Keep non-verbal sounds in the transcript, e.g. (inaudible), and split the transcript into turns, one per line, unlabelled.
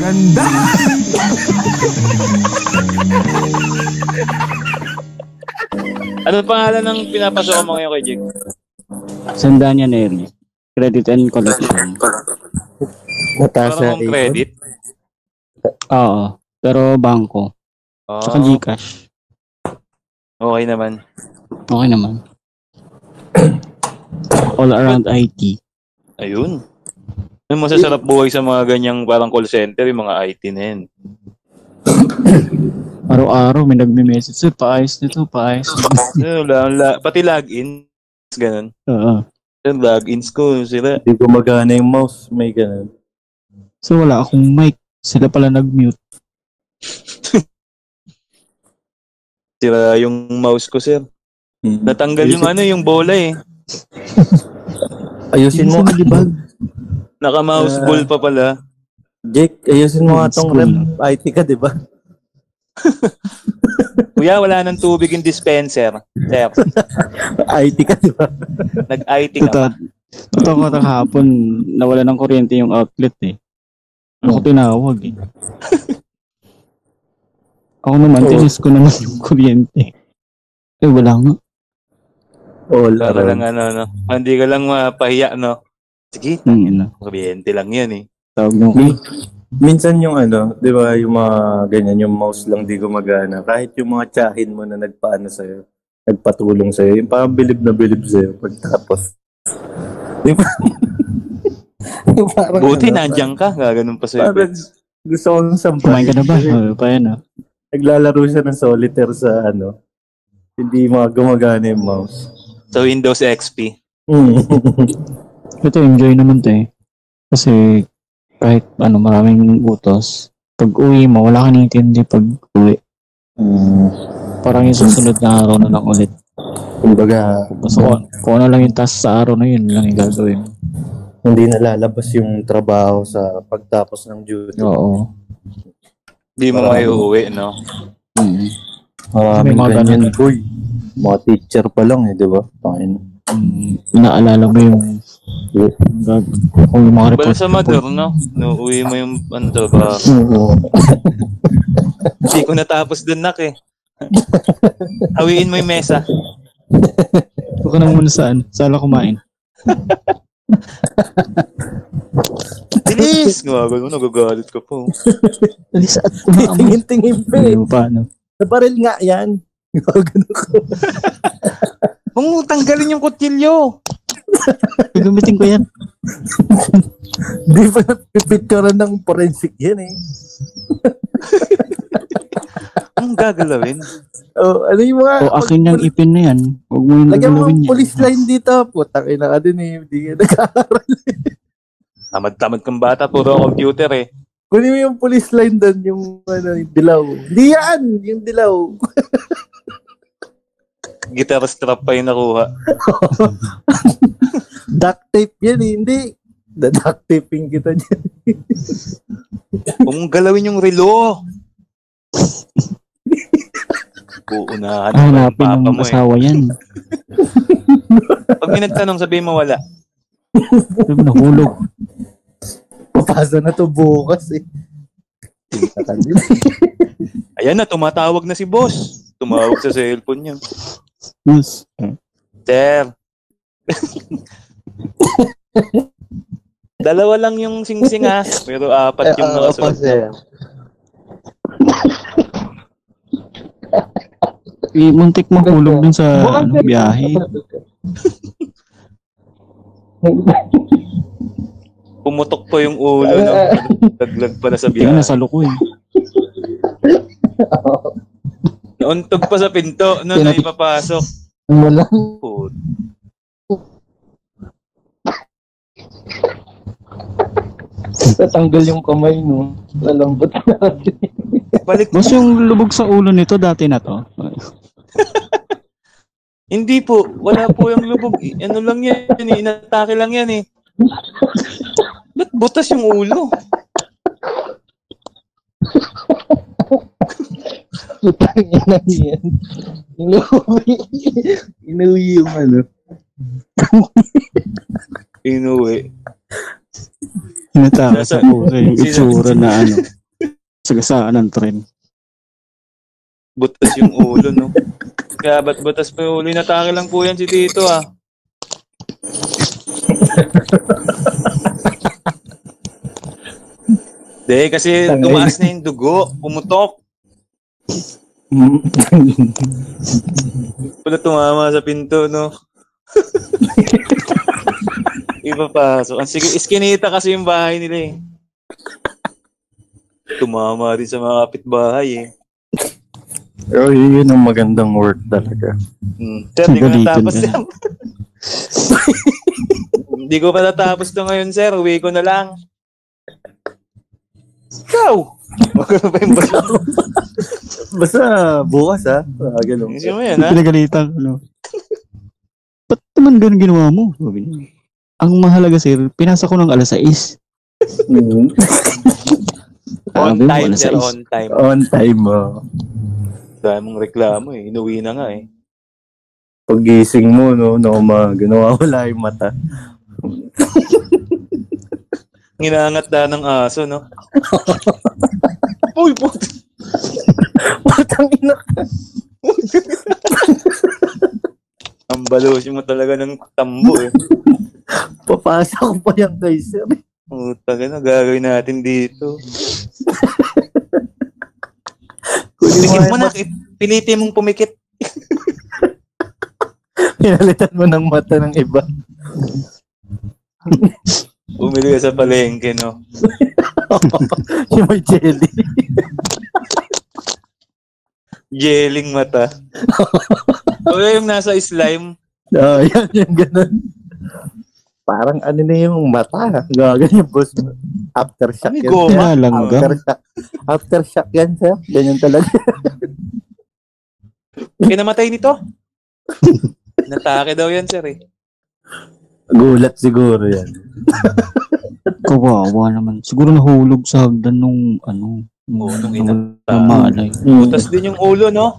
ganda.
Ano pangalan ng pinapasok mo ngayon kay Jake?
Sandanya Neri. Credit and collection.
Mataas na
Parang kung credit.
Oo. Pero bangko.
Oh,
Tsaka Gcash.
Ah, okay naman.
Okay naman. (clears throat) All around IT.
Ayun. Ano masasarap buhay sa mga ganyang parang call center, yung mga IT na yan.
Araw-araw may nagme-message. Sir, paayos nito, paayos nito.
Ano, la, la, pati login. Ganun.
Oo.
Yung logins ko, sila.
Hindi gumagana yung mouse. May ganun.
So wala akong mic. Sila pala nag-mute.
Sira yung mouse ko, sir. Natanggal yung ano, yung bola eh.
Ayusin mo.
Minsan nalibag.
Naka-mouse
Ah.
ball pa pala.
Jake, ayusin mo nga
Old
tong
school.
rep. IT ka, di ba? (laughs)
Kuya, wala nang tubig yung dispenser. Sir,
IT ka, di ba?
nag-IT ka pa.
Totoo. Totoo ko kahapon, nawala ng kuryente yung outlet eh. Ano ko tinawag eh. Ako naman,
Oo.
tinis ko naman yung kuryente. Eh, wala nga.
All
Para lang
around.
ano, no? Hindi ka lang mapahiya, no? Sige,
Ang ina.
kuryente lang yan eh.
Tawag nung
Min- minsan yung ano, di ba, yung mga ganyan, yung mouse lang di gumagana. Kahit yung mga tsahin mo na nagpaano sa'yo, nagpatulong sa'yo, yung parang bilib na bilib sa'yo pagtapos. (laughs) Di ba? (laughs) Yung parang
Buti,
ano,
nandiyan ka. Gaganon pa sa'yo.
Parang gusto kong sampay.
Kumain ka na ba? Oo, pa yan ah.
Naglalaro siya ng solitaire sa ano. Hindi mga gumagana yung mouse.
Sa Windows XP.
Mm. (laughs)
Ito, enjoy naman to eh. Kasi, kahit ano, maraming utos. Pag uwi mo, wala kang naiintindi pag uwi.
Mm,
Parang yung susunod na araw na lang ulit.
Kumbaga,
So, kung, kung ano lang yung task sa araw na yun, yun lang yung gagawin. mo.
hindi nalalabas yung trabaho sa pagtapos ng duty.
Oo.
Hindi mo
Parang-
may uuwi, no?
Mm.
Maraming
May mga
ganyan, boy. Mga teacher pa lang eh, di ba? Pangin.
Mm, inaalala mo yung kung yung mga
Bala
report.
sa mother, no? No, uwi mo yung ano ba?
Oo.
Hindi ko natapos dun, nak
(laughs)
eh. Hawiin mo yung mesa.
Huwag ka na muna saan. Sala kumain.
Bilis! Gumagano, nagagalit ka po.
Tingin-tingin pa
Hindi
eh.
mo pa, ano.
Sa (laughs) baril nga yan. (laughs) Ganun ko.
Kung tanggalin yung kutilyo!
Gagamitin ko yan.
Di pa napipicturean ng forensic yan eh.
Ang gagalawin.
Oh, ano yung mga...
O akin yung ipin na yan. Huwag mo yung
Lagyan mo
gagalawin
ang
yan.
police line dito. Putang ina ka din eh. Hindi ka nag-aaral.
Tamad-tamad kang bata, puro computer eh.
(laughs) Kunin mo yung police line doon, yung, ano, yung dilaw. Hindi yan! Yung dilaw. (laughs)
Guitar strap pa yung nakuha.
Duct tape yan eh. Hindi. Da-duct taping kita dyan.
Kung galawin yung
(laughs)
relo! Uunahan
Ah,
na
hanapin
papa
ng
mo eh.
asawa yan.
Pag may nagtanong, sabihin mo wala.
Sabi mo, nahulog.
Papasa na to bukas eh.
Ayan na, tumatawag na si boss. Tumawag sa cellphone niya.
Yes.
Sir. Dalawa lang yung singsing ah. Pero apat yung nakasunod.
Eh, muntik mahulog dun sa ano, biyahe.
Pumutok pa yung ulo. No? Laglag pa na sa
Tingnan na
biyahe.
sa luko eh.
Nauntog pa sa pinto. No, na ipapasok.
Wala.
Put.
Tatanggal yung kamay, no? Lalambot na natin.
Balik.
Mas yung lubog sa ulo nito dati na to.
Hindi po. Wala po yung lubog. I- Ano lang yan. eh, Inatake lang yan eh. Ba't butas yung ulo?
Putang ina yan. Inuwi. Inuwi yung ano.
Inuwi.
Hinatakas
Nasa-
sa ulo. Yung
Sino-
itsura na ano. sagasaan ng tren.
Butas yung ulo, no? (laughs) Kaya ba't butas pa yung ulo? Inatake lang po yan si Tito, ah. (laughs) De, kasi
Tangay.
tumaas na yung dugo. Pumutok.
Mm.
Pala tumama sa pinto, (laughs) no? Ipapasok. Ang sige, iskinita kasi yung bahay (laughs) nila, eh. Tumama din sa mga kapitbahay, eh.
Pero Oh, yun ang magandang work talaga.
Mm. Sir, hindi ko
Galitin
natapos
ka.
yan. (laughs) Hindi ko pa natapos to ngayon, sir. Uwi ko na lang. Ikaw! Huwag ko na pa yung basa.
Basta bukas ha. Ah, ganun.
Isip mo yan, ha?
Pinagalitan ko, no? Ba't naman ganun ginawa mo? Sabi niya. Ang mahalaga, sir, pinasa ko ng alas 6.
Mm.
On
Sabi mo,
time,
alas
sir.
6.
On time.
On time ah. mo.
Dahil mong reklamo, eh. Inuwi na nga, eh.
Paggising mo, no, na umaga, nawawala yung mata.
Nginangat na ng aso, no? Uy, puto!
Patang ina.
Ang balusin mo talaga ng tambo, eh.
Papasa ko pa yan kay sir.
Puta ka na, gagawin natin dito. Pilitin mo na, pilitin mong pumikit.
Pinalitan mo ng mata ng iba.
Bumili ka sa palengke, no?
yung may jelly.
Jeling (laughs) mata. Wala yung nasa slime.
Ah, (laughs) yan, yung ganun. Parang ano na yung mata. Gaganyan, boss. Aftershock
Ay,
yan.
goma.
sir.
Kaya lang, gang.
Aftershock. Aftershock yan, sir. Ganyan talaga.
Kinamatay nito. Natake daw yan, sir eh.
Gulat siguro yan.
Kawawa naman. Siguro nahulog sa hagdan nung, ano,
Oo, Oh, nung
nung
Mm.
inatake.
maalay.
Butas din yung ulo, no?